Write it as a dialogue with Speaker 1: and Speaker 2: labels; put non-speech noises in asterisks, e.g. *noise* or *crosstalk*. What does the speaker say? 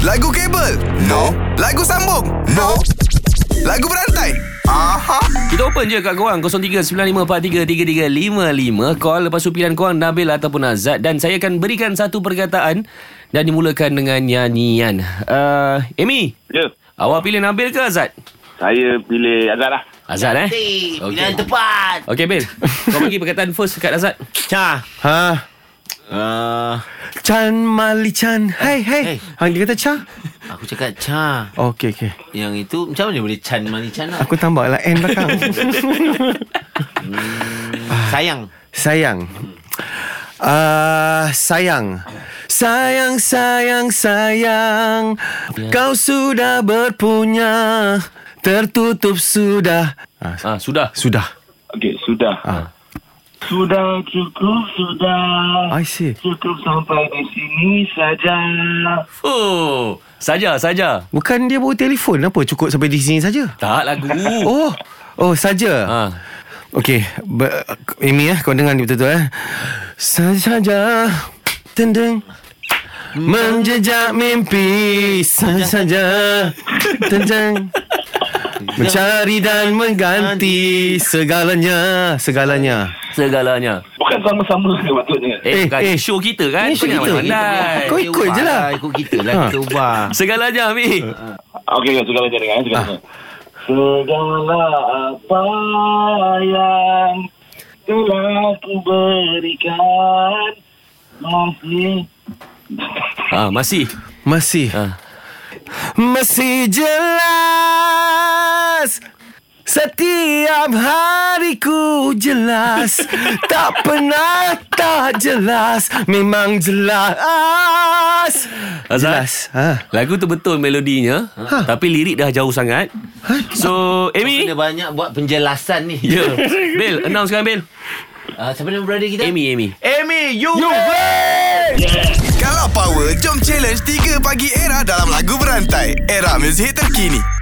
Speaker 1: Lagu kabel? No. Lagu sambung? No. Lagu berantai? Aha.
Speaker 2: Kita open je kat korang 0395433355 Call lepas tu pilihan korang Nabil ataupun Azad Dan saya akan berikan satu perkataan Dan dimulakan dengan nyanyian uh, Amy
Speaker 3: Ya.
Speaker 2: Awak pilih Nabil ke Azad?
Speaker 3: Saya pilih Azhar lah.
Speaker 2: Azad eh
Speaker 4: Nanti
Speaker 2: Okey.
Speaker 4: Pilihan tepat
Speaker 2: Okay Bil Kau bagi perkataan first kat Azad
Speaker 5: Cha.
Speaker 6: Ha.
Speaker 5: Uh,
Speaker 2: Ah.
Speaker 6: Chan Mali Chan. Hai,
Speaker 5: Hey.
Speaker 6: hai. Hang dia kata Cha.
Speaker 4: Aku cakap Cha
Speaker 6: Okey, okey.
Speaker 4: Yang itu Macam mana boleh Chan Mani Chan lah
Speaker 6: Aku tambah lah N
Speaker 2: *laughs*
Speaker 6: belakang.
Speaker 4: Sayang
Speaker 6: sayang. Ah, sayang. Sayang, sayang, sayang.
Speaker 2: Ya.
Speaker 6: Kau sudah berpunya. Tertutup sudah. Ah,
Speaker 2: ah, Sudah
Speaker 6: sudah.
Speaker 3: Okey, sudah.
Speaker 6: Ah.
Speaker 3: Sudah cukup sudah.
Speaker 6: I see.
Speaker 3: Cukup sampai di sini saja.
Speaker 2: Oh Saja saja
Speaker 6: Bukan dia bawa telefon Apa cukup sampai di sini saja
Speaker 2: Tak lagu
Speaker 6: Oh Oh saja ha.
Speaker 2: Ah.
Speaker 6: Okey Ber- Amy eh Kau dengar ni betul-betul eh Saja Tendeng Menjejak mimpi Saja Tendeng Mencari dan mengganti Segalanya Segalanya
Speaker 2: Segalanya
Speaker 3: Bukan sama-sama ke maksudnya?
Speaker 2: Eh, eh,
Speaker 6: Eh,
Speaker 2: bukan eh.
Speaker 6: eh.
Speaker 2: show kita kan
Speaker 6: Ini show
Speaker 2: Jangan
Speaker 6: kita.
Speaker 2: pandai.
Speaker 6: Kau ikut je lah.
Speaker 4: Ikut kita lah
Speaker 6: Ha.
Speaker 4: Kita ubah
Speaker 2: Segalanya
Speaker 6: Eh.
Speaker 2: Ami
Speaker 3: Okey, okay, segala jaringan. Segala. Ah. Segala apa yang telah ku berikan masih
Speaker 2: ah, Masih
Speaker 6: Masih
Speaker 2: Ah.
Speaker 6: Masih jelas Setiap hariku
Speaker 4: *laughs*
Speaker 6: jelas Tak pernah tak jelas Memang jelas
Speaker 2: Azad?
Speaker 6: Jelas ha.
Speaker 2: Lagu tu betul melodinya ha. Tapi lirik dah jauh sangat So Amy
Speaker 4: Kena banyak buat penjelasan ni
Speaker 2: Ya yeah. Bil Announce sekarang Bil
Speaker 4: Ah, Siapa nama brother kita?
Speaker 2: Amy Amy
Speaker 4: Amy You,
Speaker 1: Kalau power, jom challenge 3 pagi era dalam lagu berantai. Era muzik terkini.